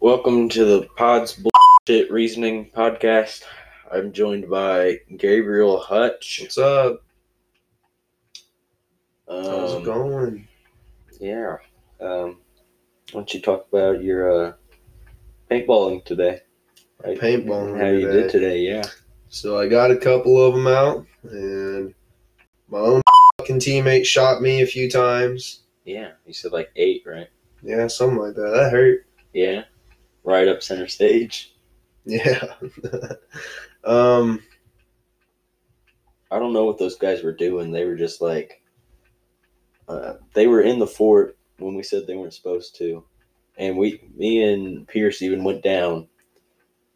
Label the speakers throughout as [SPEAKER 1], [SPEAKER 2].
[SPEAKER 1] Welcome to the Pods Bullshit Reasoning Podcast. I'm joined by Gabriel Hutch.
[SPEAKER 2] What's up? How's it
[SPEAKER 1] Um,
[SPEAKER 2] going?
[SPEAKER 1] yeah. Um, why don't you talk about your uh, paintballing today? Right?
[SPEAKER 2] Paintballing
[SPEAKER 1] How you
[SPEAKER 2] today.
[SPEAKER 1] did today? Yeah.
[SPEAKER 2] So I got a couple of them out, and my own fucking teammate shot me a few times.
[SPEAKER 1] Yeah. You said like eight, right?
[SPEAKER 2] Yeah, something like that. That hurt.
[SPEAKER 1] Yeah. Right up center stage.
[SPEAKER 2] Yeah. um.
[SPEAKER 1] I don't know what those guys were doing. They were just like, uh, they were in the fort when we said they weren't supposed to, and we, me and Pierce even went down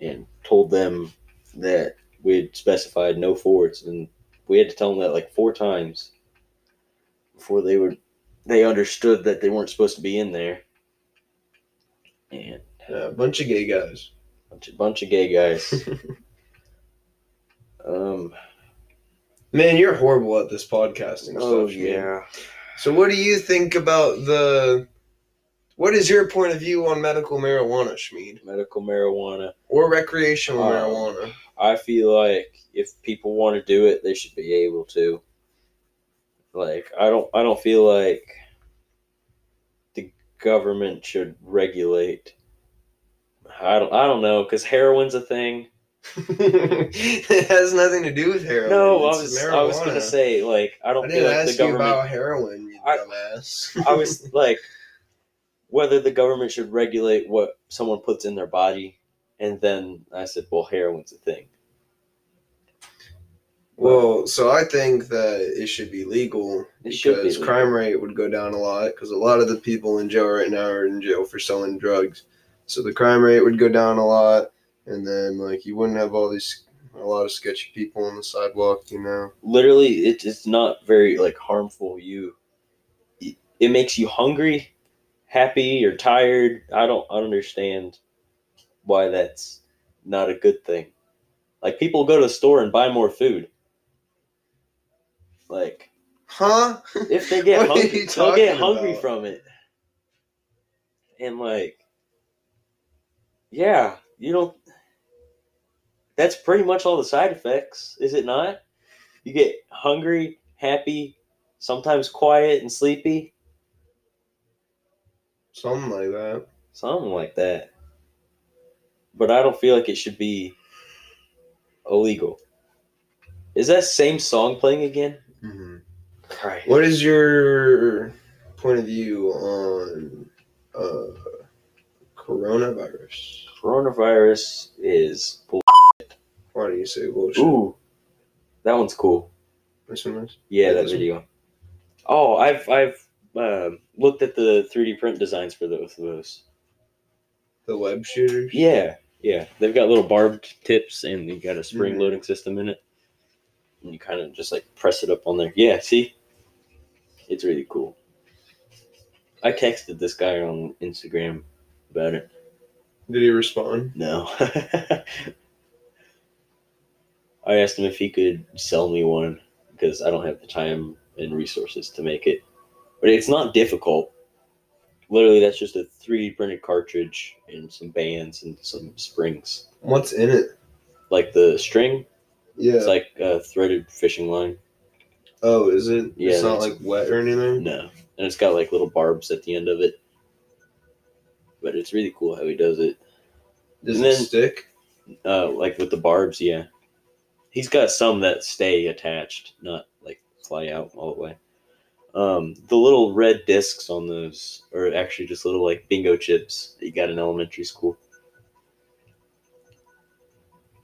[SPEAKER 1] and told them that we had specified no forts, and we had to tell them that like four times before they would, they understood that they weren't supposed to be in there, and
[SPEAKER 2] Yeah, a bunch of gay guys.
[SPEAKER 1] bunch of, bunch of gay guys. um.
[SPEAKER 2] Man, you're horrible at this podcasting
[SPEAKER 1] Oh
[SPEAKER 2] stuff. man.
[SPEAKER 1] yeah.
[SPEAKER 2] So what do you think about the? What is your point of view on medical marijuana, Schmied,
[SPEAKER 1] Medical marijuana.
[SPEAKER 2] or recreational
[SPEAKER 1] Uh,
[SPEAKER 2] marijuana?
[SPEAKER 1] I feel like if people want to do it, they should be able to. Like I don't I don't feel like the government should regulate. I don't I don't know cuz heroin's a thing.
[SPEAKER 2] it has nothing to do with heroin.
[SPEAKER 1] No, I
[SPEAKER 2] It's
[SPEAKER 1] was I was going to
[SPEAKER 2] marijuana.
[SPEAKER 1] say like I
[SPEAKER 2] I
[SPEAKER 1] don't feel
[SPEAKER 2] didn't
[SPEAKER 1] like
[SPEAKER 2] ask
[SPEAKER 1] the
[SPEAKER 2] you
[SPEAKER 1] government
[SPEAKER 2] about heroin, you
[SPEAKER 1] I-
[SPEAKER 2] dumbass.
[SPEAKER 1] I was like whether the government should regulate what someone puts in their body and then I said, "Well, heroin's a thing."
[SPEAKER 2] well, so I think that it should be legal
[SPEAKER 1] It
[SPEAKER 2] because
[SPEAKER 1] should be legal.
[SPEAKER 2] crime rate would go down a lot because a lot of the people in jail right now are in jail for selling drugs. So the crime rate would go down a lot, and then like you wouldn't have all these a lot of sketchy people on the sidewalk, you know.
[SPEAKER 1] literally it, it's not very like harmful you it, it makes you hungry happy or tired i don't I don't understand why that's not a good thing like people go to the store and buy more food like
[SPEAKER 2] Huh?
[SPEAKER 1] if they get
[SPEAKER 2] What are
[SPEAKER 1] hungry
[SPEAKER 2] you
[SPEAKER 1] they'll get
[SPEAKER 2] talking
[SPEAKER 1] hungry
[SPEAKER 2] about?
[SPEAKER 1] from it and like yeah you don't that's pretty much all the side effects is it not you get hungry happy sometimes quiet and sleepy
[SPEAKER 2] Something like that.
[SPEAKER 1] something like that but i don't feel like it should be illegal is that same song playing again Mm-hmm. Christ.
[SPEAKER 2] What is your point of view on uh, coronavirus?
[SPEAKER 1] coronavirus is bull-
[SPEAKER 2] Why do you say bullshit?
[SPEAKER 1] ooh that one's cool
[SPEAKER 2] This one is-
[SPEAKER 1] Yeah, that
[SPEAKER 2] This one?
[SPEAKER 1] video. Oh, I've I've um looked at the 3D print designs for those. Those.
[SPEAKER 2] The web shooters?
[SPEAKER 1] Yeah, yeah. They've got little barbed tips, and you got a spring
[SPEAKER 2] Mhm.
[SPEAKER 1] loading system in it. And you kind of just like press it up on there. Yeah, see, it's really cool. I texted this guy on Instagram about it.
[SPEAKER 2] Did he respond?
[SPEAKER 1] No. I asked him if he could sell me one because I don't have the time and resources to make it. But it's not difficult. Literally, that's just a 3D printed cartridge and some bands and some springs.
[SPEAKER 2] What's in it?
[SPEAKER 1] Like the string,
[SPEAKER 2] Yeah.
[SPEAKER 1] it's like a threaded fishing line.
[SPEAKER 2] oh, is it?
[SPEAKER 1] Yeah,
[SPEAKER 2] It's not
[SPEAKER 1] that's-
[SPEAKER 2] like wet or anything?
[SPEAKER 1] No. And it's got like little barbs at the end of it. But it's really cool how he does it.
[SPEAKER 2] Does
[SPEAKER 1] And
[SPEAKER 2] it
[SPEAKER 1] then-
[SPEAKER 2] stick?
[SPEAKER 1] Uh, like with the barbs, yeah. He's got some that stay attached, not like fly out all the way. Um, the little red discs on those are actually just little like bingo chips that you got in elementary school.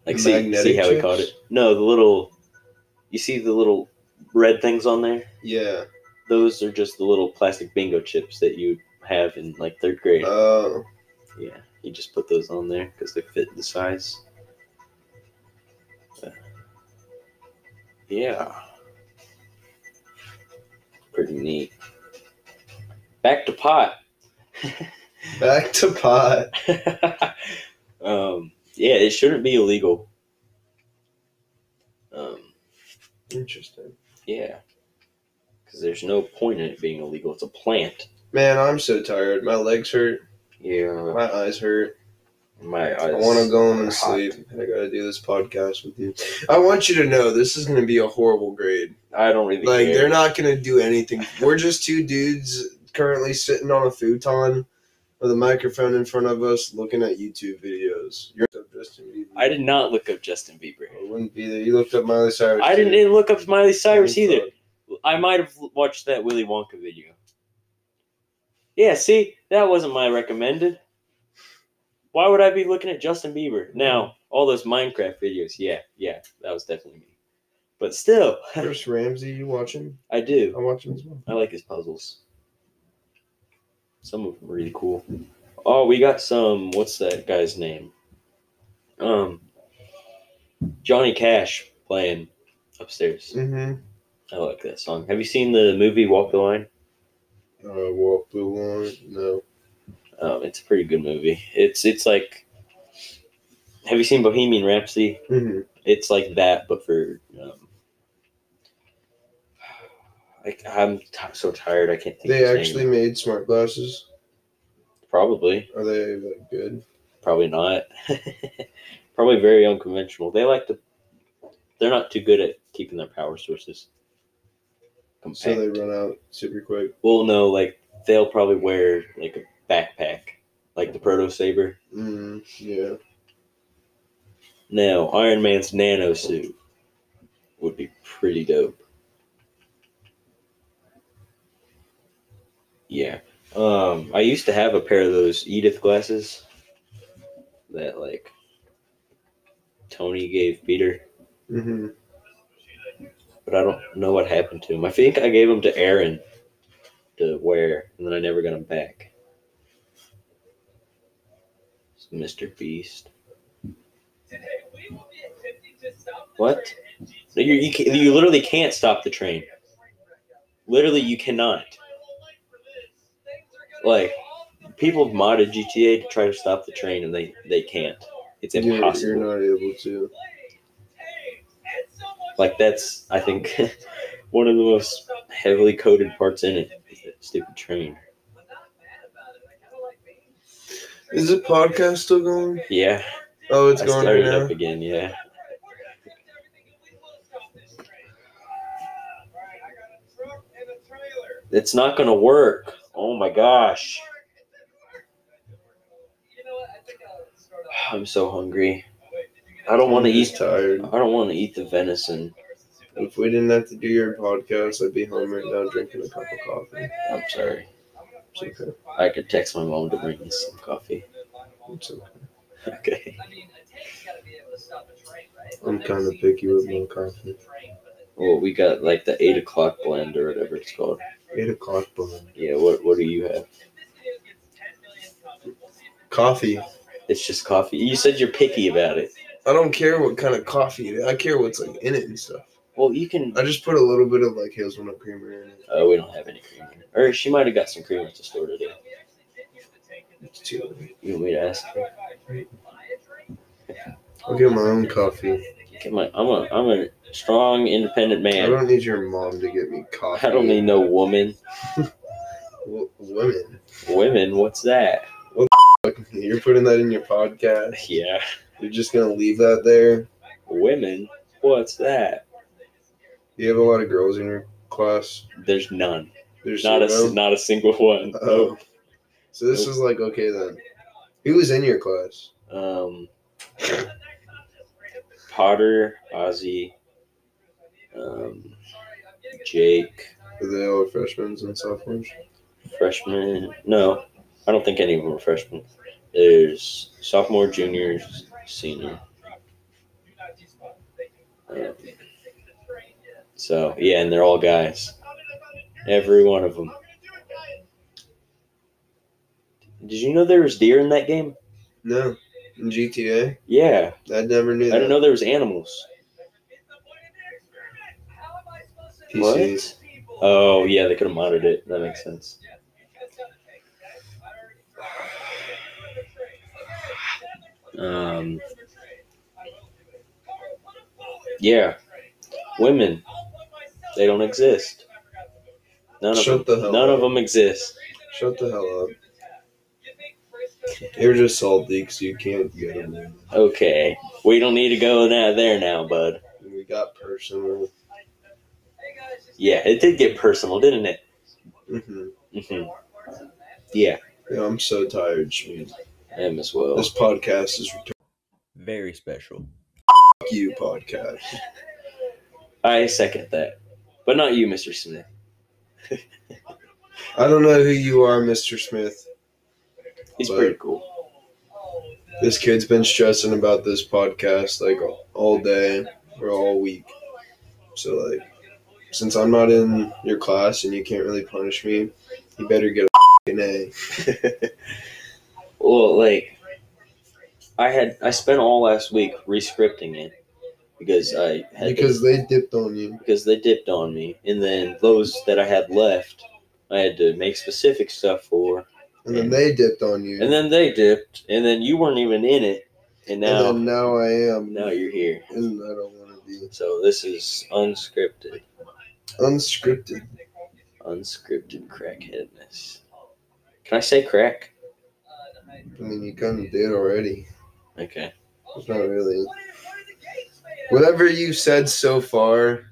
[SPEAKER 1] Like
[SPEAKER 2] The
[SPEAKER 1] see,
[SPEAKER 2] magnetic
[SPEAKER 1] see how he caught it.
[SPEAKER 2] chips?
[SPEAKER 1] No, the little you see the little red things on there.
[SPEAKER 2] Yeah.
[SPEAKER 1] Those are just the little plastic bingo chips that you have in like third grade.
[SPEAKER 2] Oh.
[SPEAKER 1] Yeah, you just put those on there because they fit the size. Uh, Yeah. Pretty neat. Back to pot.
[SPEAKER 2] Back to pot.
[SPEAKER 1] um, yeah, it shouldn't be illegal. Um,
[SPEAKER 2] Interesting.
[SPEAKER 1] yeah. Because there's no point in it being illegal. It's a plant.
[SPEAKER 2] Man, I'm so tired. My legs hurt.
[SPEAKER 1] Yeah.
[SPEAKER 2] My eyes hurt.
[SPEAKER 1] My eyes.
[SPEAKER 2] I want to go home
[SPEAKER 1] are
[SPEAKER 2] and
[SPEAKER 1] hot.
[SPEAKER 2] sleep. I gotta do this podcast with you. I want you to know this is gonna be a horrible grade.
[SPEAKER 1] I don't really
[SPEAKER 2] Like
[SPEAKER 1] care.
[SPEAKER 2] they're not gonna do anything. We're just two dudes currently sitting on a futon with a microphone in front of us, looking at YouTube videos. You're up Justin Bieber.
[SPEAKER 1] I did not look up Justin Bieber.
[SPEAKER 2] I wouldn't be there. You looked up Miley Cyrus.
[SPEAKER 1] I didn't
[SPEAKER 2] too.
[SPEAKER 1] even look up Miley Cyrus
[SPEAKER 2] Thank
[SPEAKER 1] either.
[SPEAKER 2] God.
[SPEAKER 1] I might have watched that Willy Wonka video. Yeah, see, that wasn't my recommended. Why would I be looking at Justin Bieber? Now, all those Minecraft videos, yeah, yeah, that was definitely me. But still,
[SPEAKER 2] Chris Ramsey, you watching?
[SPEAKER 1] I do.
[SPEAKER 2] I watch him as well.
[SPEAKER 1] I like his puzzles. Some of them are really cool. Oh, we got some. What's that guy's name? Um, Johnny Cash playing upstairs.
[SPEAKER 2] Mm-hmm.
[SPEAKER 1] I like that song. Have you seen the movie Walk the Line?
[SPEAKER 2] Uh, walk the line. No.
[SPEAKER 1] Um, it's a pretty good movie. It's it's like, have you seen Bohemian Rhapsody?
[SPEAKER 2] Mm-hmm.
[SPEAKER 1] It's like that, but for um, like I'm t- so tired. I can't think.
[SPEAKER 2] They
[SPEAKER 1] of his
[SPEAKER 2] actually
[SPEAKER 1] name.
[SPEAKER 2] made smart glasses.
[SPEAKER 1] probably
[SPEAKER 2] Are they like good?
[SPEAKER 1] probably not. probably very unconventional. They like to. They're not too good at keeping their power sources. Compact.
[SPEAKER 2] So they run out super quick.
[SPEAKER 1] well, no, like they'll probably wear like a backpack, like the proto saber.
[SPEAKER 2] Mm, yeah.
[SPEAKER 1] Now, Iron Man's nano suit would be pretty dope. Yeah. Um, I used to have a pair of those Edith glasses that like Tony gave Peter,
[SPEAKER 2] Mm-hmm.
[SPEAKER 1] but I don't know what happened to them. I think I gave them to Aaron to wear, and then I never got them back. It's Mr. Beast.
[SPEAKER 3] What?
[SPEAKER 1] You, you, can, you literally can't stop the train. Literally, you cannot.
[SPEAKER 3] Like, people have modded GTA to try to stop the train, and they they can't.
[SPEAKER 1] It's
[SPEAKER 2] You're,
[SPEAKER 1] impossible.
[SPEAKER 2] you're not able to.
[SPEAKER 3] Like that's, I think, one of the most heavily coded parts in it. is that
[SPEAKER 1] that stupid train.
[SPEAKER 2] Is the podcast still going?
[SPEAKER 1] Yeah.
[SPEAKER 2] Oh, it's
[SPEAKER 1] I
[SPEAKER 2] going
[SPEAKER 1] started
[SPEAKER 2] right now.
[SPEAKER 1] up again, yeah. It's not gonna work. Oh my gosh. I'm so hungry. I don't want to
[SPEAKER 2] I'm
[SPEAKER 1] eat.
[SPEAKER 2] just tired.
[SPEAKER 1] I don't want to eat the venison.
[SPEAKER 2] If we didn't have to do your podcast, I'd be home right now drinking a cup of coffee.
[SPEAKER 1] I'm sorry.
[SPEAKER 2] It's okay.
[SPEAKER 1] I could text my mom to bring me some coffee.
[SPEAKER 2] It's okay.
[SPEAKER 1] Okay.
[SPEAKER 2] I'm kind of picky with my coffee.
[SPEAKER 1] Well, we got like the eight o'clock blend or Oh, whatever it's called.
[SPEAKER 2] Eight o'clock blend.
[SPEAKER 1] Yeah. What What do you have?
[SPEAKER 2] Coffee.
[SPEAKER 1] It's just coffee. You said you're picky about it.
[SPEAKER 2] I don't care what kind of coffee. it is. I care what's like in it and stuff.
[SPEAKER 1] Well, you can.
[SPEAKER 2] I just put a little bit of like hazelnut creamer in it.
[SPEAKER 1] Oh, we don't have any creamer. Or she might have got some creamer at the store today.
[SPEAKER 2] It's too late.
[SPEAKER 1] You want me to ask her?
[SPEAKER 2] I'll get my own coffee.
[SPEAKER 1] Get my. I'm a. I'm a strong, independent
[SPEAKER 2] I
[SPEAKER 1] man.
[SPEAKER 2] don't need your mom to get me coffee.
[SPEAKER 1] I don't need no woman.
[SPEAKER 2] W- women.
[SPEAKER 1] Women, what's that?
[SPEAKER 2] Fuck, You're putting that in your podcast.
[SPEAKER 1] Yeah.
[SPEAKER 2] You're just gonna leave that there.
[SPEAKER 1] Women, what's that?
[SPEAKER 2] You have a lot of girls in your class.
[SPEAKER 1] There's none.
[SPEAKER 2] There's
[SPEAKER 1] Not a
[SPEAKER 2] zero?
[SPEAKER 1] not a single one.
[SPEAKER 2] Oh. So this is like okay then. Who was in your class?
[SPEAKER 1] Um, Potter, Ozzy, um, Jake,
[SPEAKER 2] Were they all freshmen and sophomores?
[SPEAKER 1] freshman. No, I don't think any of them are freshmen. There's sophomore, junior, senior. Um, so yeah, and they're all guys. Every one of them. Did you know there was deer in that game?
[SPEAKER 2] No. In GTA?
[SPEAKER 1] Yeah,
[SPEAKER 2] I never knew
[SPEAKER 1] I
[SPEAKER 2] that.
[SPEAKER 1] didn't know there was animals.
[SPEAKER 2] PCs.
[SPEAKER 1] Oh yeah, they could have modded it. That makes sense. Um, yeah, women, they don't exist. None of
[SPEAKER 2] Shut
[SPEAKER 1] them,
[SPEAKER 2] the hell
[SPEAKER 1] none
[SPEAKER 2] up.
[SPEAKER 1] of them exist.
[SPEAKER 2] Shut the hell up. They were just salt leaks. You can't get in there.
[SPEAKER 1] Okay, we don't need to go na- there now, bud.
[SPEAKER 2] And we got personal.
[SPEAKER 1] Yeah, it did get personal, didn't it?
[SPEAKER 2] hmm
[SPEAKER 1] hmm Yeah,
[SPEAKER 2] Yeah, I'm so tired, Schmid.
[SPEAKER 1] him as well.
[SPEAKER 2] This podcast is ret-
[SPEAKER 1] Oh. Very special.
[SPEAKER 2] Fuck you podcast.
[SPEAKER 1] I second that, but not you, Mr. Smith.
[SPEAKER 2] I don't know who you are, Mr. Smith.
[SPEAKER 1] He's
[SPEAKER 2] But-
[SPEAKER 1] pretty cool.
[SPEAKER 2] This kid's been stressing about this podcast like all day or all week. So like, since I'm not in your class and you can't really punish me, you better get a fucking A.
[SPEAKER 1] Well, like I had, I spent all last week re-scripting it because I had
[SPEAKER 2] Because they dipped on you.
[SPEAKER 1] because they dipped on me, and then those that I had left, I had to make specific stuff for,
[SPEAKER 2] And then they dipped on you.
[SPEAKER 1] and then they dipped, and then you weren't even in it, and
[SPEAKER 2] And
[SPEAKER 1] now
[SPEAKER 2] then now I am.
[SPEAKER 1] now you're here.
[SPEAKER 2] And I don't want to be
[SPEAKER 1] So this is unscripted,
[SPEAKER 2] unscripted.
[SPEAKER 1] unscripted crackheadness. Can I say crack?
[SPEAKER 2] I mean, you kind of did already.
[SPEAKER 1] Okay.
[SPEAKER 2] It's not really. Whatever you said so far,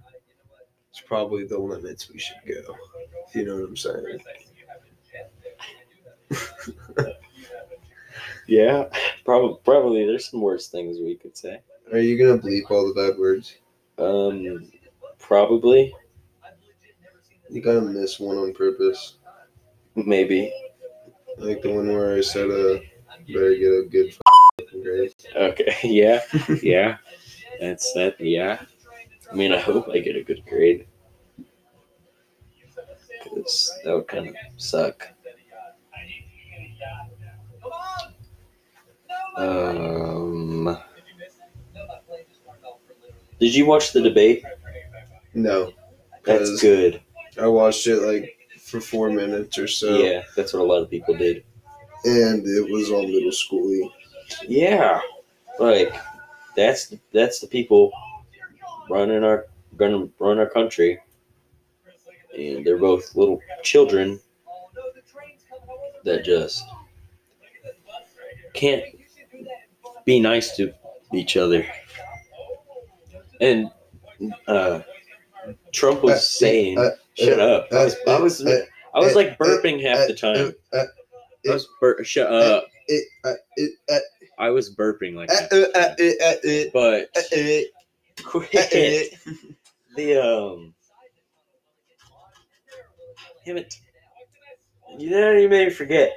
[SPEAKER 2] it's probably the limits we should go. If you know what I'm saying.
[SPEAKER 1] Yeah. Probably. Probably. There's some worse things we could say.
[SPEAKER 2] Are you gonna bleep all the bad words?
[SPEAKER 1] Um. Probably.
[SPEAKER 2] You gotta miss one on purpose.
[SPEAKER 1] Maybe.
[SPEAKER 2] Like the one where I said, "Uh, better get a good f***ing grade."
[SPEAKER 1] Okay. Yeah. Yeah. That's that. Yeah. I mean, I hope I get a good grade. Cause that would kind of suck.
[SPEAKER 2] Uh,
[SPEAKER 1] Um. Did you watch the debate?
[SPEAKER 2] No,
[SPEAKER 1] That's
[SPEAKER 2] because
[SPEAKER 1] good.
[SPEAKER 2] I watched it like for four minutes or so,
[SPEAKER 1] Yeah, that's what a lot of people did.
[SPEAKER 2] and it was all middle schooly.
[SPEAKER 1] Yeah, like that's that's the people running our gonna run our country, and they're both little children that just can't be nice to each other. And uh, Trump was
[SPEAKER 2] Uh,
[SPEAKER 1] saying,
[SPEAKER 2] uh,
[SPEAKER 1] "Shut up." I
[SPEAKER 2] uh,
[SPEAKER 1] was I was,
[SPEAKER 2] uh,
[SPEAKER 1] I was
[SPEAKER 2] uh,
[SPEAKER 1] like burping half the
[SPEAKER 2] uh,
[SPEAKER 1] time.
[SPEAKER 2] uh,
[SPEAKER 1] I was bur- shut up.
[SPEAKER 2] it, uh, it, uh,
[SPEAKER 1] I was burping like
[SPEAKER 2] uh,
[SPEAKER 1] half
[SPEAKER 2] uh,
[SPEAKER 1] the
[SPEAKER 2] uh,
[SPEAKER 1] time.
[SPEAKER 2] uh, uh,
[SPEAKER 1] But
[SPEAKER 2] uh, uh,
[SPEAKER 1] quit. the um damn it you know you made me forget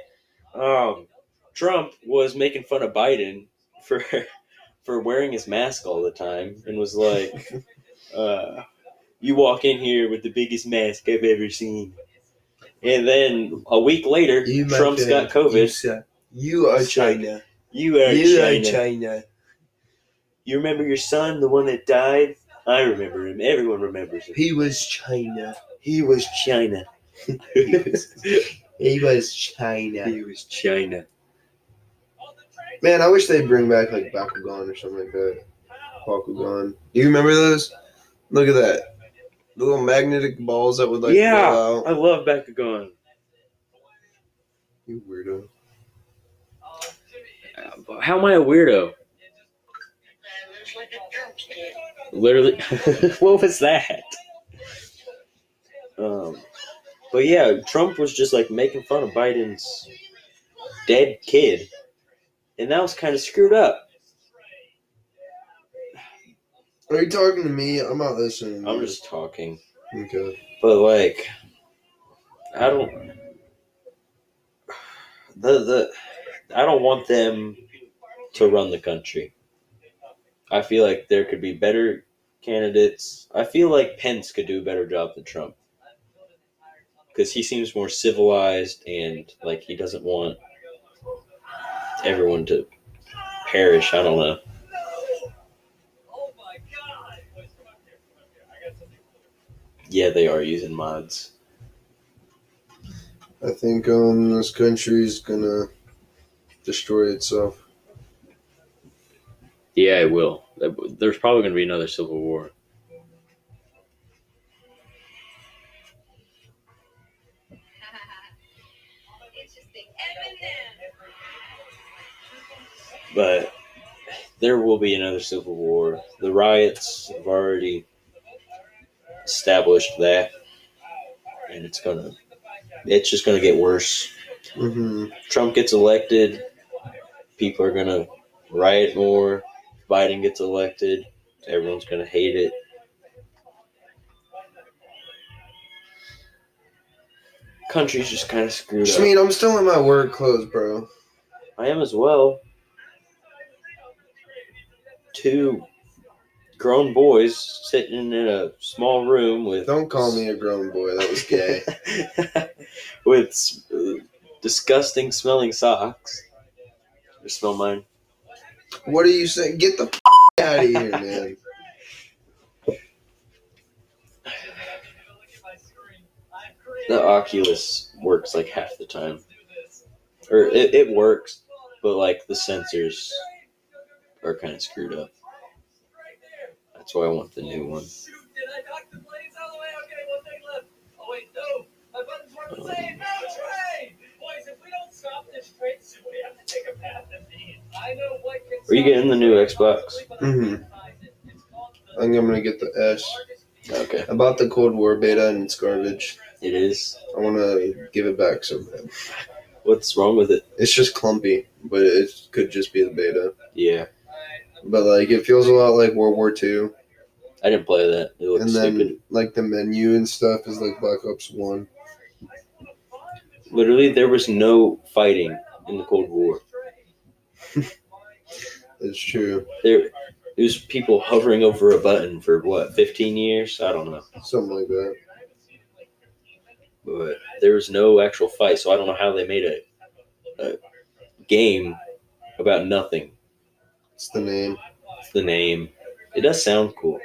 [SPEAKER 1] um trump was making fun of biden for for wearing his mask all the time and was like uh you walk in here with the biggest mask i've ever seen and then a week later
[SPEAKER 2] You, my
[SPEAKER 1] trump's
[SPEAKER 2] friend,
[SPEAKER 1] got covid
[SPEAKER 2] You, are- you are
[SPEAKER 1] It's like,
[SPEAKER 2] China.
[SPEAKER 1] you are
[SPEAKER 2] you
[SPEAKER 1] China.
[SPEAKER 2] are China.
[SPEAKER 1] you remember your son the one that died i remember him everyone remembers him
[SPEAKER 2] He was China.
[SPEAKER 1] he was china he was
[SPEAKER 2] He was China.
[SPEAKER 1] He was China.
[SPEAKER 2] Man, I wish they'd bring back like Bakugan or something like that. Bakugan. Do you remember those? Look at that. The little magnetic balls that would like
[SPEAKER 1] Yeah.
[SPEAKER 2] blow out.
[SPEAKER 1] I love Bakugan.
[SPEAKER 2] You weirdo.
[SPEAKER 1] Uh, How am I a weirdo? Literally, what was that? Um, but yeah, Trump was just like making fun of Biden's dead kid, and that was kind of screwed up.
[SPEAKER 2] Are you talking to me? I'm not listening.
[SPEAKER 1] I'm just talking,
[SPEAKER 2] okay.
[SPEAKER 1] but like, I don't. The the, I don't want them to run the country. I feel like there could be better candidates. I feel like Pence could do a better job than Trump because he seems more civilized and like he doesn't want everyone to perish. I don't know. Yeah, they are using mods.
[SPEAKER 2] I think um this country's gonna destroy itself.
[SPEAKER 1] Yeah, it will. There's probably going to be another civil war.
[SPEAKER 4] Interesting. Eminem.
[SPEAKER 1] But there will be another civil war. The riots have already established that, and it's gonna, it's just gonna get worse.
[SPEAKER 2] hmm
[SPEAKER 1] Trump gets elected, people are gonna riot more. Biden gets elected, everyone's gonna hate it. Country's just kind of screwed
[SPEAKER 2] Just
[SPEAKER 1] up.
[SPEAKER 2] mean I'm still in my work clothes, bro.
[SPEAKER 1] I am as well. Two grown boys sitting in a small room with
[SPEAKER 2] Don't call me a grown boy. That was gay.
[SPEAKER 1] with s- uh, disgusting smelling socks. You smell mine.
[SPEAKER 2] what are you saying? Get the f- out of here, man.
[SPEAKER 1] The Oculus works like half the time, or it, it works, but like the sensors are kind of screwed up. That's why I want the
[SPEAKER 3] Oh,
[SPEAKER 1] new one.
[SPEAKER 3] Oh, Are you getting the new Xbox?
[SPEAKER 2] Mhm. I think I'm gonna get the S.
[SPEAKER 1] Okay,
[SPEAKER 2] I bought the Cold War beta and it's garbage.
[SPEAKER 1] it is.
[SPEAKER 2] I want to give it back so bad.
[SPEAKER 1] What's wrong with it?
[SPEAKER 2] It's just clumpy, but it could just be the beta.
[SPEAKER 1] Yeah,
[SPEAKER 2] But like, it feels a lot like World War II.
[SPEAKER 1] I didn't play that. It looks
[SPEAKER 2] And then
[SPEAKER 1] stupid.
[SPEAKER 2] like the menu and stuff is like Black Ops One.
[SPEAKER 1] Literally, there was no fighting in the Cold War.
[SPEAKER 2] It's true.
[SPEAKER 1] There, it was people hovering over a button for what, 15 years? I don't know.
[SPEAKER 2] Something like that.
[SPEAKER 1] But there was no actual fight, so I don't know how they made a, a game about nothing.
[SPEAKER 2] It's the name.
[SPEAKER 1] It's the name. It does sound cool,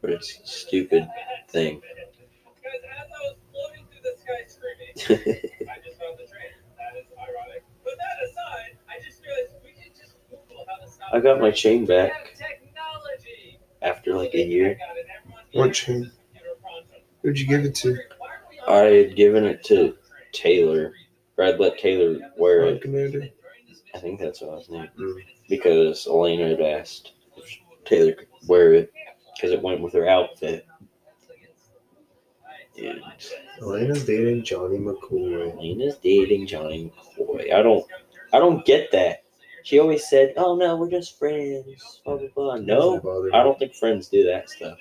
[SPEAKER 1] but it's a stupid thing. I got my chain back after like a year.
[SPEAKER 2] What chain? Who'd you give it to?
[SPEAKER 1] I had given it to Taylor, or I'd let Taylor wear
[SPEAKER 2] Flight
[SPEAKER 1] it.
[SPEAKER 2] Commander.
[SPEAKER 1] I think that's what I was named.
[SPEAKER 2] Mm.
[SPEAKER 1] Because Elena had asked if Taylor could wear it because it went with her outfit. And
[SPEAKER 2] Oh. Elena's dating Johnny McCoy.
[SPEAKER 1] Elena's dating Johnny McCoy. I don't, I don't get that. She always said, "Oh no, we're just friends." Blah blah blah. No, I don't think friends do that stuff.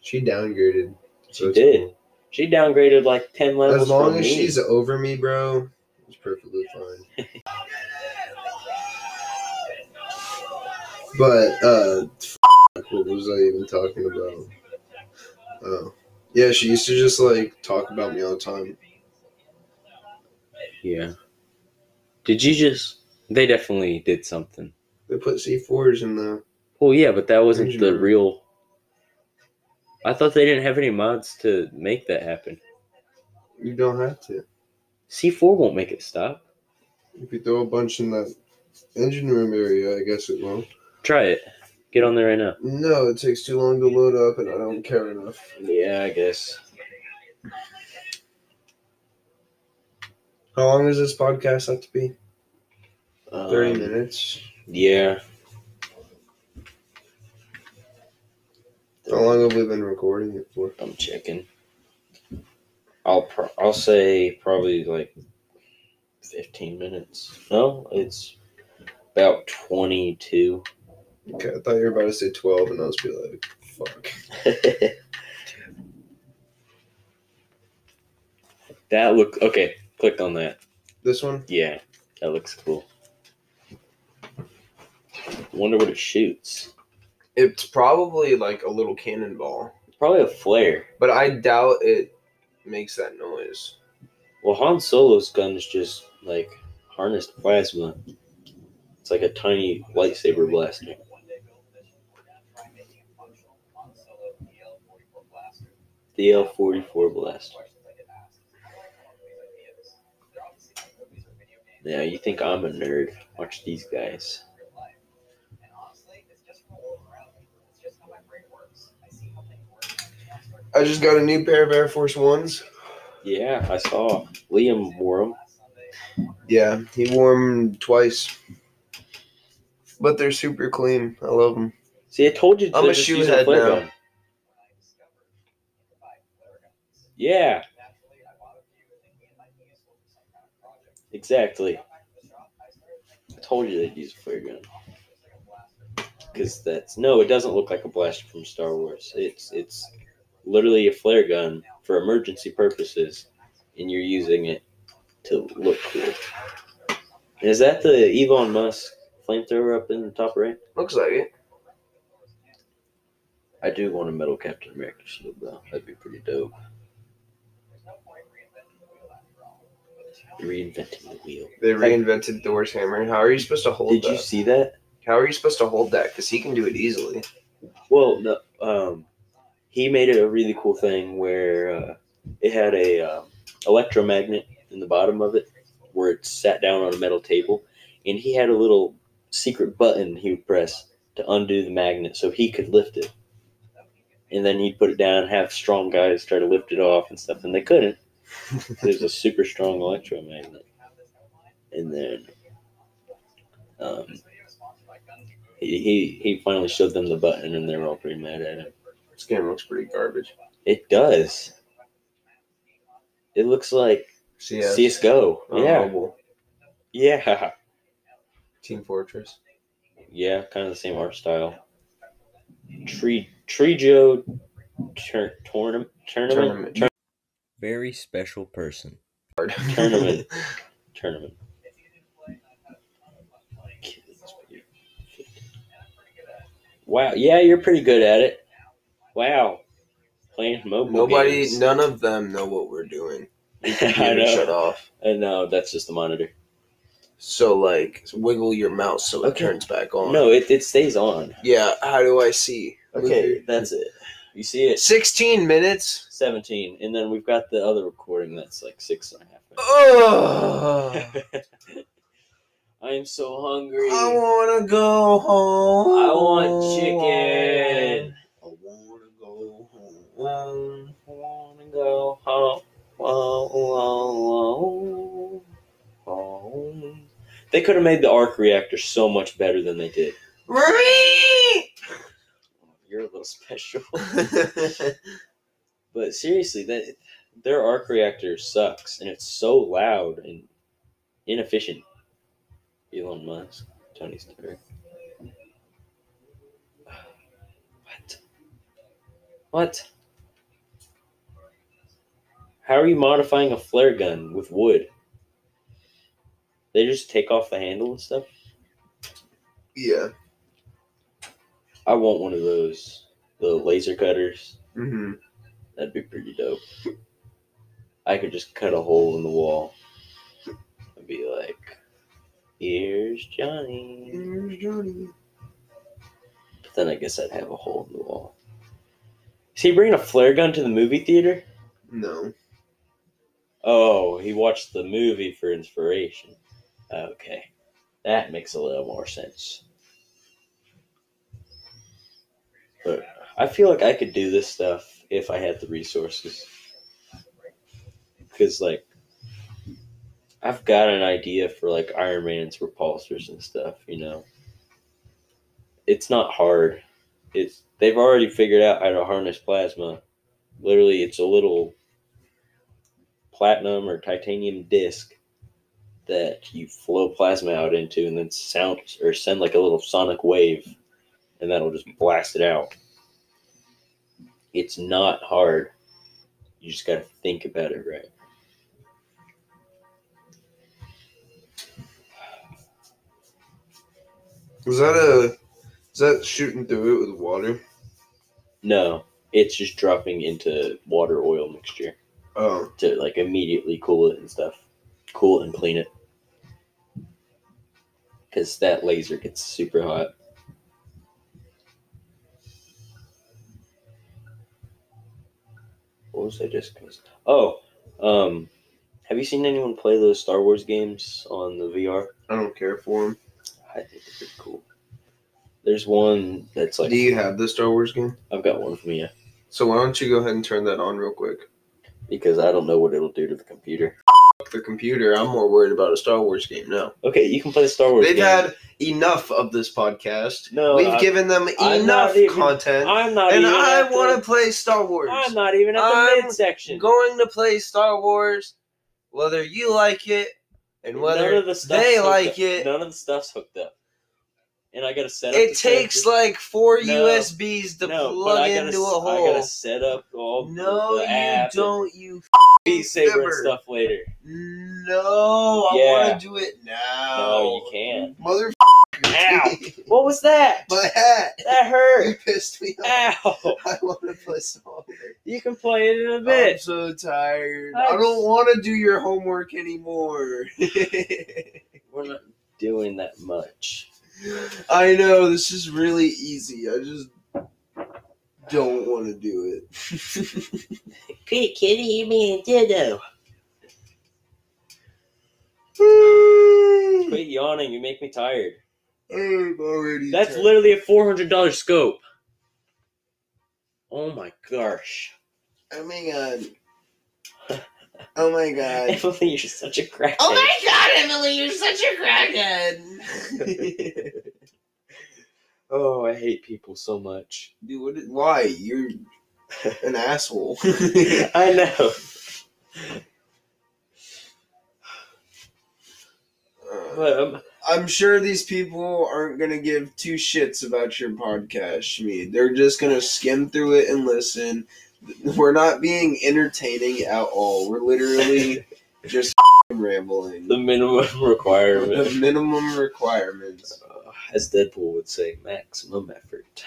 [SPEAKER 2] She downgraded.
[SPEAKER 1] She did. She downgraded like ten levels.
[SPEAKER 2] As long
[SPEAKER 1] from
[SPEAKER 2] as
[SPEAKER 1] me.
[SPEAKER 2] she's over me, bro, it's perfectly fine. But uh, f- what was I even talking about? Oh, yeah, she used to just like talk about me all the time.
[SPEAKER 1] Yeah. Did you just? They definitely did something.
[SPEAKER 2] They put C fours in the.
[SPEAKER 1] Well, yeah, but that wasn't the
[SPEAKER 2] Engineering.
[SPEAKER 1] real. I thought they didn't have any mods to make that happen.
[SPEAKER 2] You don't have to.
[SPEAKER 1] C4 won't make it stop.
[SPEAKER 2] If you throw a bunch in that engine room area, I guess it will.
[SPEAKER 1] Try it. Get on there right now.
[SPEAKER 2] No, it takes too long to load up, and I don't care enough.
[SPEAKER 1] Yeah, I guess.
[SPEAKER 2] How long does this podcast have to be?
[SPEAKER 1] Um,
[SPEAKER 2] Thirty minutes.
[SPEAKER 1] Yeah.
[SPEAKER 2] How long have we been recording it for?
[SPEAKER 1] I'm checking. I'll pro- I'll say probably like 15 minutes. No, it's about 22.
[SPEAKER 2] Okay, I thought you were about to say 12, and I was be like, fuck.
[SPEAKER 1] that look okay. Click on that.
[SPEAKER 2] This one?
[SPEAKER 1] Yeah, that looks cool. Wonder what it shoots.
[SPEAKER 2] It's probably like a little cannonball,
[SPEAKER 1] Probably a flare.
[SPEAKER 2] but I doubt it makes that noise.
[SPEAKER 1] Well, Han Solo's gun is just like harnessed plasma. It's like a tiny lightsaber blaster. The L44 blaster. Now you think I'm a nerd? Watch these guys.
[SPEAKER 2] I just got a new pair of Air Force Ones.
[SPEAKER 1] Yeah, I saw Liam wore 'em.
[SPEAKER 2] Yeah, he wore 'em twice. but they're super clean. I love them.
[SPEAKER 1] See, I told you. To
[SPEAKER 2] I'm a
[SPEAKER 1] just
[SPEAKER 2] shoe
[SPEAKER 1] use a
[SPEAKER 2] head
[SPEAKER 1] flare
[SPEAKER 2] now.
[SPEAKER 1] gun. Yeah, exactly. I told you they'd use a flare gun because that's no. It doesn't look like a blaster from Star Wars. It's it's literally a flare gun for emergency purposes, and you're using it to look cool. Is that the Elon Musk flamethrower up in the top right?
[SPEAKER 2] Looks like it.
[SPEAKER 1] I do want a metal Captain America shield though. That'd be pretty dope. Reinventing the wheel.
[SPEAKER 2] They reinvented Thor's hammer. How are you supposed to hold
[SPEAKER 1] Did
[SPEAKER 2] that?
[SPEAKER 1] you see that?
[SPEAKER 2] How are you supposed to hold that? Because he can do it easily.
[SPEAKER 1] Well, no. Um, he made it a really cool thing where uh, it had a um, electromagnet in the bottom of it, where it sat down on a metal table, and he had a little secret button he would press to undo the magnet so he could lift it. And then he'd put it down, have strong guys try to lift it off and stuff, and they couldn't. There's a super strong electromagnet. And then um, he, he he finally showed them the button, and they were all pretty mad at him.
[SPEAKER 2] This game looks pretty garbage.
[SPEAKER 1] It does. It looks like
[SPEAKER 2] CS.
[SPEAKER 1] CS:GO.
[SPEAKER 2] on
[SPEAKER 1] yeah,
[SPEAKER 2] mobile.
[SPEAKER 1] yeah,
[SPEAKER 2] Team Fortress.
[SPEAKER 1] yeah. Kind of the same art style. Tree Trejo tur- tournament tournament
[SPEAKER 2] Tournament.
[SPEAKER 1] tour- very special person
[SPEAKER 2] Hard.
[SPEAKER 1] Tournament. tournament. Wow. Yeah, you're pretty good at it. Wow. Playing mobile
[SPEAKER 2] Nobody,
[SPEAKER 1] games.
[SPEAKER 2] none of them know what we're doing.
[SPEAKER 1] I
[SPEAKER 2] Computer shut
[SPEAKER 1] know.
[SPEAKER 2] off.
[SPEAKER 1] I know. That's just the monitor.
[SPEAKER 2] So like, wiggle your mouse so it
[SPEAKER 1] Okay.
[SPEAKER 2] turns back on.
[SPEAKER 1] No, it, it stays on.
[SPEAKER 2] Yeah. How do I see?
[SPEAKER 1] Okay, that's it. You see it?
[SPEAKER 2] Sixteen minutes.
[SPEAKER 1] 17. And then we've got the other recording that's like six and a half
[SPEAKER 2] Oh.
[SPEAKER 1] minutes. I am so hungry.
[SPEAKER 2] I wanna go home.
[SPEAKER 1] I want chicken.
[SPEAKER 2] I wanna go home.
[SPEAKER 1] I wanna go home. Home, home, home. They could have made the arc reactor so much better than they did. You're a little special. But seriously, that their arc reactor sucks, and it's so loud and inefficient. Elon Musk, Tony Stark. What? What? How are you modifying a flare gun with wood? They just take off the handle and stuff.
[SPEAKER 2] yeah.
[SPEAKER 1] I want one of those, the laser cutters. Mm-hmm.
[SPEAKER 2] hmm
[SPEAKER 1] That'd be pretty dope. I could just cut a hole in the wall and be like, here's Johnny. But then I guess I'd have a hole in the wall. Is he bringing a flare gun to the movie theater?
[SPEAKER 2] No.
[SPEAKER 1] Oh, he watched the movie for inspiration. Okay. That makes a little more sense. But I feel like I could do this stuff if I had the resources. Because, like, I've got an idea for, like, Iron Man's repulsors and stuff, you know? It's not hard. It's They've already figured out how to harness plasma. Literally, it's a little platinum or titanium disc that you flow plasma out into and then sound or send like a little sonic wave and that'll just blast it out. It's not hard. You just gotta think about it right.
[SPEAKER 2] Was that a? Is that shooting through it with water?
[SPEAKER 1] No, it's just dropping into water oil mixture
[SPEAKER 2] Oh,
[SPEAKER 1] to like immediately cool it and stuff. Cool it and clean it. Cause that laser gets super hot. What was I just gonna say? Oh, um, have you seen anyone play those Star Wars games on the VR?
[SPEAKER 2] I don't care for him.
[SPEAKER 1] I think they're pretty cool. There's one that's like
[SPEAKER 2] Do you have the Star Wars game?
[SPEAKER 1] I've got one from you
[SPEAKER 2] So why don't you go ahead and turn that on real quick?
[SPEAKER 1] because I don't know what it'll do to the computer.
[SPEAKER 2] Fuck the computer. I'm more worried about a Star Wars game now.
[SPEAKER 1] Okay, you can play the Star Wars.
[SPEAKER 2] They've
[SPEAKER 1] game.
[SPEAKER 2] had enough of this podcast.
[SPEAKER 1] no.
[SPEAKER 2] We've
[SPEAKER 1] I'm,
[SPEAKER 2] given them
[SPEAKER 1] I'm
[SPEAKER 2] enough
[SPEAKER 1] not even-
[SPEAKER 2] content,
[SPEAKER 1] I'm not
[SPEAKER 2] and
[SPEAKER 1] even.
[SPEAKER 2] I want to play Star Wars.
[SPEAKER 1] I'm not even at the
[SPEAKER 2] I'm
[SPEAKER 1] midsection.
[SPEAKER 2] going to play Star Wars, whether you like it and
[SPEAKER 1] none
[SPEAKER 2] whether
[SPEAKER 1] of the stuff's
[SPEAKER 2] they
[SPEAKER 1] hooked
[SPEAKER 2] like
[SPEAKER 1] up.
[SPEAKER 2] it.
[SPEAKER 1] None of the stuff's hooked up. And I gotta set up.
[SPEAKER 2] It
[SPEAKER 1] the
[SPEAKER 2] takes
[SPEAKER 1] character-
[SPEAKER 2] like four
[SPEAKER 1] No.
[SPEAKER 2] USBs to
[SPEAKER 1] no, but
[SPEAKER 2] plug
[SPEAKER 1] I gotta,
[SPEAKER 2] into a
[SPEAKER 1] s- I
[SPEAKER 2] hole.
[SPEAKER 1] gotta set up all the-
[SPEAKER 2] No,
[SPEAKER 1] the
[SPEAKER 2] you
[SPEAKER 1] app
[SPEAKER 2] don't. You
[SPEAKER 1] And beat saber and
[SPEAKER 2] Saber.
[SPEAKER 1] stuff later.
[SPEAKER 2] no. I
[SPEAKER 1] Yeah.
[SPEAKER 2] want to do it now.
[SPEAKER 1] No, you can't.
[SPEAKER 2] Mother.
[SPEAKER 1] Ow. What was that?
[SPEAKER 2] My hat.
[SPEAKER 1] That
[SPEAKER 2] You
[SPEAKER 1] hurt.
[SPEAKER 2] pissed me off.
[SPEAKER 1] Ow.
[SPEAKER 2] I want to play Star Wars.
[SPEAKER 1] You can play it in a
[SPEAKER 2] I'm
[SPEAKER 1] bit.
[SPEAKER 2] so tired.
[SPEAKER 1] I'm
[SPEAKER 2] I don't want to do your homework anymore.
[SPEAKER 1] We're not doing that much.
[SPEAKER 2] I know this is really easy. I just don't want to do it.
[SPEAKER 1] Hey, kitty, you mean Nintendo? Quit yawning. You make me tired.
[SPEAKER 2] I'm already.
[SPEAKER 1] That's
[SPEAKER 2] tired.
[SPEAKER 1] literally a four hundred dollar scope. Oh my gosh,
[SPEAKER 2] Oh my god. Oh my god.
[SPEAKER 1] Emily, you're such a crackhead.
[SPEAKER 2] Oh my god, Emily, you're such a crackhead.
[SPEAKER 1] Oh, I hate people so much.
[SPEAKER 2] Dude, what is, why? You're an asshole.
[SPEAKER 1] I know.
[SPEAKER 2] Uh,
[SPEAKER 1] But um,
[SPEAKER 2] I'm sure these people aren't gonna give two shits about your podcast, Shmi. They're just gonna skim through it and listen. We're not being entertaining at all. We're literally just rambling.
[SPEAKER 1] the minimum requirement,
[SPEAKER 2] the minimum requirements.
[SPEAKER 1] uh, as Deadpool would say, maximum effort.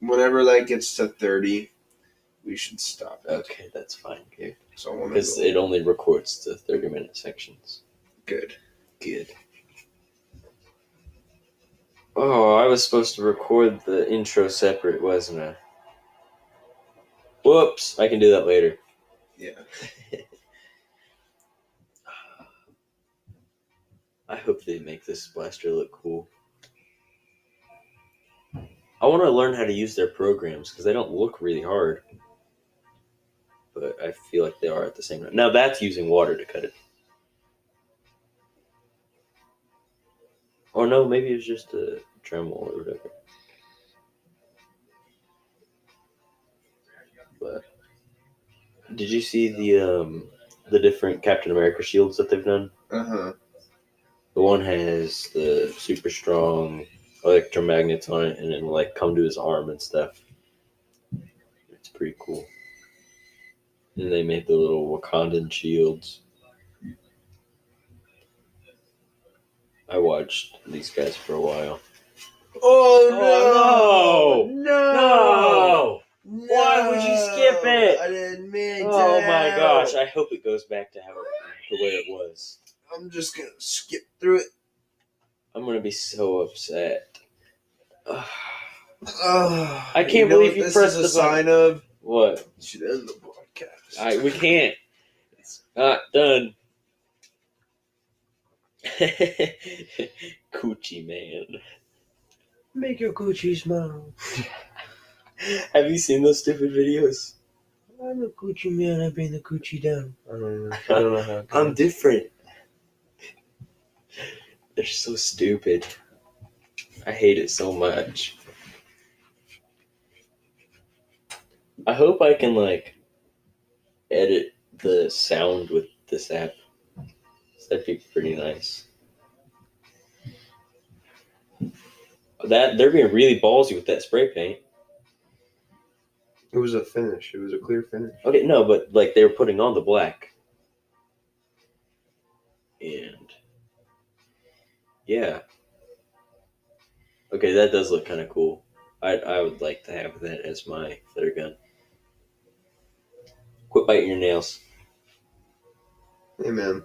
[SPEAKER 2] whenever that gets to 30 we should stop it
[SPEAKER 1] Okay, that's fine.
[SPEAKER 2] so I wanna
[SPEAKER 1] Because
[SPEAKER 2] go-
[SPEAKER 1] it only records the thirty minute sections.
[SPEAKER 2] good
[SPEAKER 1] Good. Oh, I was supposed to record the intro separate, wasn't I? Whoops! I can do that later.
[SPEAKER 2] yeah
[SPEAKER 1] I hope they make this blaster look cool. I want to learn how to use their programs because they don't look really hard. But I feel like they are at the same time. Now that's using water to cut it. Or Oh, no, maybe it's just a Dremel or whatever. But did you see the um the different Captain America shields that they've done?
[SPEAKER 2] uh-huh
[SPEAKER 1] The one has the super strong electromagnets on it, and it'll like come to his arm and stuff. It's pretty cool. And they made the little Wakandan shields. I watched these guys for a while.
[SPEAKER 2] oh,
[SPEAKER 1] Oh,
[SPEAKER 2] no no
[SPEAKER 1] Why would you skip it?
[SPEAKER 2] i didn't mean
[SPEAKER 1] Oh
[SPEAKER 2] to.
[SPEAKER 1] my gosh! I hope it goes back to how the way it was.
[SPEAKER 2] i'm just gonna skip through it
[SPEAKER 1] I'm gonna be so upset.
[SPEAKER 2] Ugh.
[SPEAKER 1] I can't
[SPEAKER 2] know
[SPEAKER 1] believe
[SPEAKER 2] what
[SPEAKER 1] you
[SPEAKER 2] this
[SPEAKER 1] pressed
[SPEAKER 2] is a
[SPEAKER 1] the button.
[SPEAKER 2] sign of
[SPEAKER 1] What?
[SPEAKER 2] you should end the podcast
[SPEAKER 1] I we can't. It's not done. Coochie man.
[SPEAKER 2] make your gucci smile
[SPEAKER 1] Have you seen those stupid videos?
[SPEAKER 2] i'm a gucci man i bring the gucci down i don't know i don't know how it
[SPEAKER 1] I'm
[SPEAKER 2] goes.
[SPEAKER 1] different. They're so stupid. I hate it so much. I hope I can like edit the sound with this app. That'd be pretty nice. That they're being really ballsy with that spray paint.
[SPEAKER 2] it was a finish it was a clear finish
[SPEAKER 1] Okay, no, but like they were putting on the black. And yeah. Okay, that does look kind of cool. I I would like to have that as my flare gun. Quit biting your nails.
[SPEAKER 2] hey man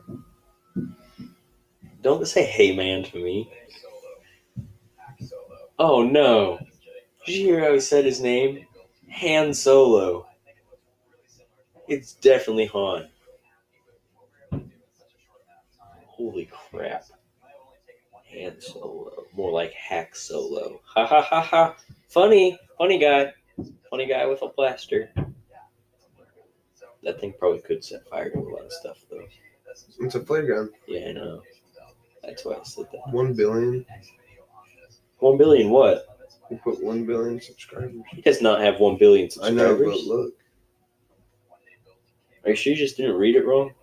[SPEAKER 1] Don't say "Hey man" to me. Oh no! Did you hear how he said his name? Han Solo. It's definitely Han. Holy crap! Han Solo, more like Hack Solo. Ha ha ha ha! Funny, funny guy, funny guy with a blaster. That thing probably could set fire to a lot of stuff though.
[SPEAKER 2] It's a playground.
[SPEAKER 1] Yeah, I know. That's why I said that.
[SPEAKER 2] One billion.
[SPEAKER 1] One billion what?
[SPEAKER 2] We put one billion subscribers.
[SPEAKER 1] He does not have one billion
[SPEAKER 2] I know,
[SPEAKER 1] subscribers.
[SPEAKER 2] but look.
[SPEAKER 1] Are you sure you just didn't read it wrong?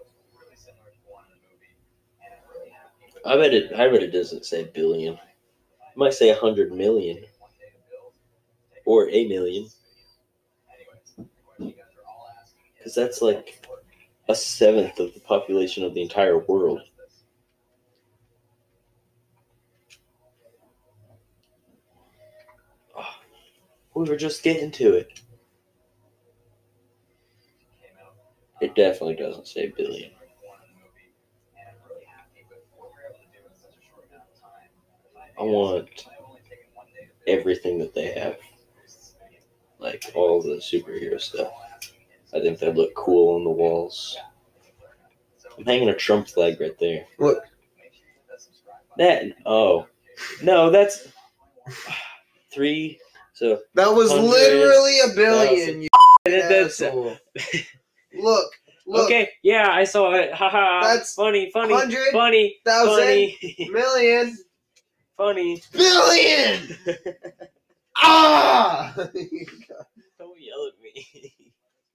[SPEAKER 1] I bet it. I bet it doesn't say billion. It might say a hundred million or a million. Because that's like a seventh of the population of the entire world. Ah, We were just getting to it. It definitely doesn't say billion. I want everything that they have, like all the superhero stuff. I think they look cool on the walls. I'm hanging a Trump flag right there.
[SPEAKER 2] Look.
[SPEAKER 1] That oh no, that's three. So
[SPEAKER 2] That was
[SPEAKER 1] Hundred
[SPEAKER 2] literally a billion. You
[SPEAKER 1] that's-
[SPEAKER 2] asshole. Look, look,
[SPEAKER 1] okay, yeah, I saw it. Haha,
[SPEAKER 2] That's
[SPEAKER 1] funny, funny,
[SPEAKER 2] hundred
[SPEAKER 1] funny,
[SPEAKER 2] thousand,
[SPEAKER 1] funny,
[SPEAKER 2] million,
[SPEAKER 1] funny.
[SPEAKER 2] billion. Ah! you
[SPEAKER 1] Don't yell at me.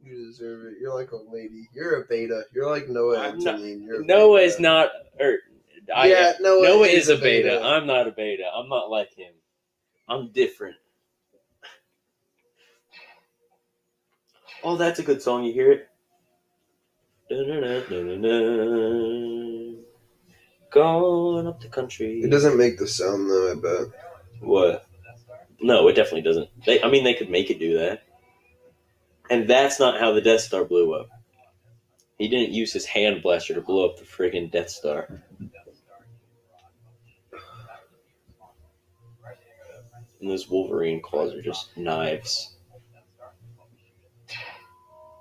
[SPEAKER 2] deserve it. You're like a lady. You're a beta. You're like Noah
[SPEAKER 1] I'm not-
[SPEAKER 2] Antonin. You're a
[SPEAKER 1] Noah
[SPEAKER 2] beta.
[SPEAKER 1] is not, or I
[SPEAKER 2] yeah, Noah,
[SPEAKER 1] Noah is a beta. I'm not a beta. I'm not like him. I'm different. Oh, that's a good song. You hear it? Dun-dun-dun-dun-dun-dun. Gone up the country.
[SPEAKER 2] It doesn't make the sound though. I bet.
[SPEAKER 1] What? No, it definitely doesn't. They, I mean, they could make it do that. And that's not how the Death Star blew up. He didn't use his hand blaster to blow up the friggin' Death Star. And those Wolverine claws are just knives.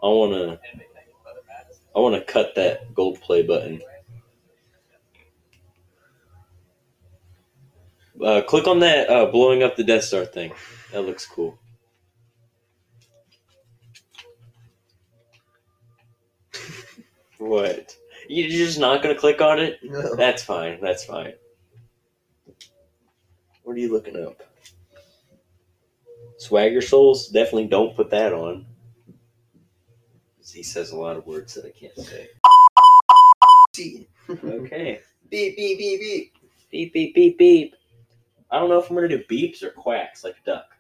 [SPEAKER 1] I wanna, I wanna cut that gold play button. Uh, click on that uh, blowing up the Death Star thing. That looks cool. what? You're just not gonna click on it?
[SPEAKER 2] No.
[SPEAKER 1] That's fine. That's fine. What are you looking up? Swagger Souls? Definitely don't put that on. 'Cause He says a lot of words that I can't say.
[SPEAKER 2] Beep
[SPEAKER 1] Okay.
[SPEAKER 2] beep beep beep.
[SPEAKER 1] Beep, beep, beep, beep. I don't know if I'm going to do beeps or quacks like a duck.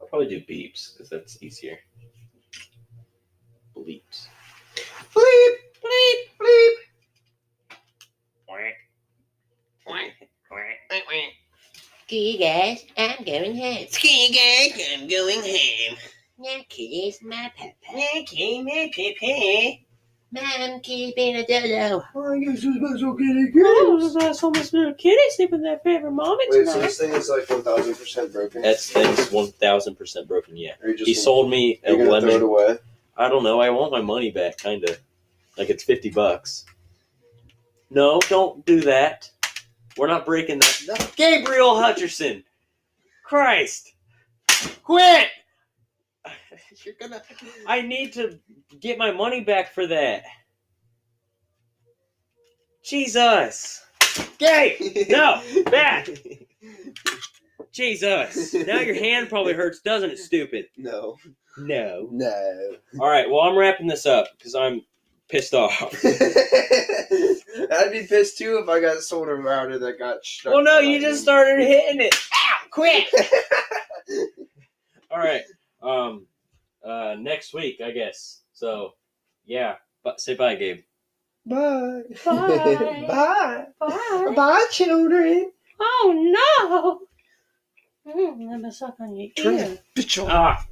[SPEAKER 1] I'll probably do beeps because that's easier. Bleeps.
[SPEAKER 2] Bleep bleep bleep.
[SPEAKER 1] Quack. Quack. Quack.
[SPEAKER 4] Ski guys, I'm going home.
[SPEAKER 1] Ski guys, I'm going home.
[SPEAKER 4] Now kiss my papa.
[SPEAKER 1] Okay, my pee
[SPEAKER 4] Mom, kiss Benedetto.
[SPEAKER 2] Oh, I guess this is okay
[SPEAKER 1] so much little kitty sleeping with their favorite mommy
[SPEAKER 2] Wait, so this thing is like one thousand percent broken.
[SPEAKER 1] That's that's one thousand percent broken. Yeah,
[SPEAKER 2] Or you just
[SPEAKER 1] he sold me a
[SPEAKER 2] You're gonna throw it
[SPEAKER 1] lemon.
[SPEAKER 2] away.
[SPEAKER 1] I don't know. I want my money back, kind of. Like it's fifty bucks. No, don't do that. We're not breaking that. No, Gabriel Hutcherson, Christ, quit!
[SPEAKER 2] You're gonna.
[SPEAKER 1] I need to get my money back for that. Jesus, Gabe, no, back. Jesus. Now your hand probably hurts, doesn't it, stupid?
[SPEAKER 2] No.
[SPEAKER 1] No.
[SPEAKER 2] No.
[SPEAKER 1] All right, well, I'm wrapping this up because I'm pissed off.
[SPEAKER 2] I'd be pissed too if I got sold a router that got stuck.
[SPEAKER 1] Well, no, you just started hitting it. Ow, quit. All right. Um, uh, next week, I guess. So, yeah. But say bye, Gabe.
[SPEAKER 2] Bye.
[SPEAKER 4] Bye.
[SPEAKER 2] Bye.
[SPEAKER 4] Bye.
[SPEAKER 2] Bye, children.
[SPEAKER 4] Oh no! Mm, I'm a suck on your
[SPEAKER 2] Try it. Bitch, oh,
[SPEAKER 1] Ah,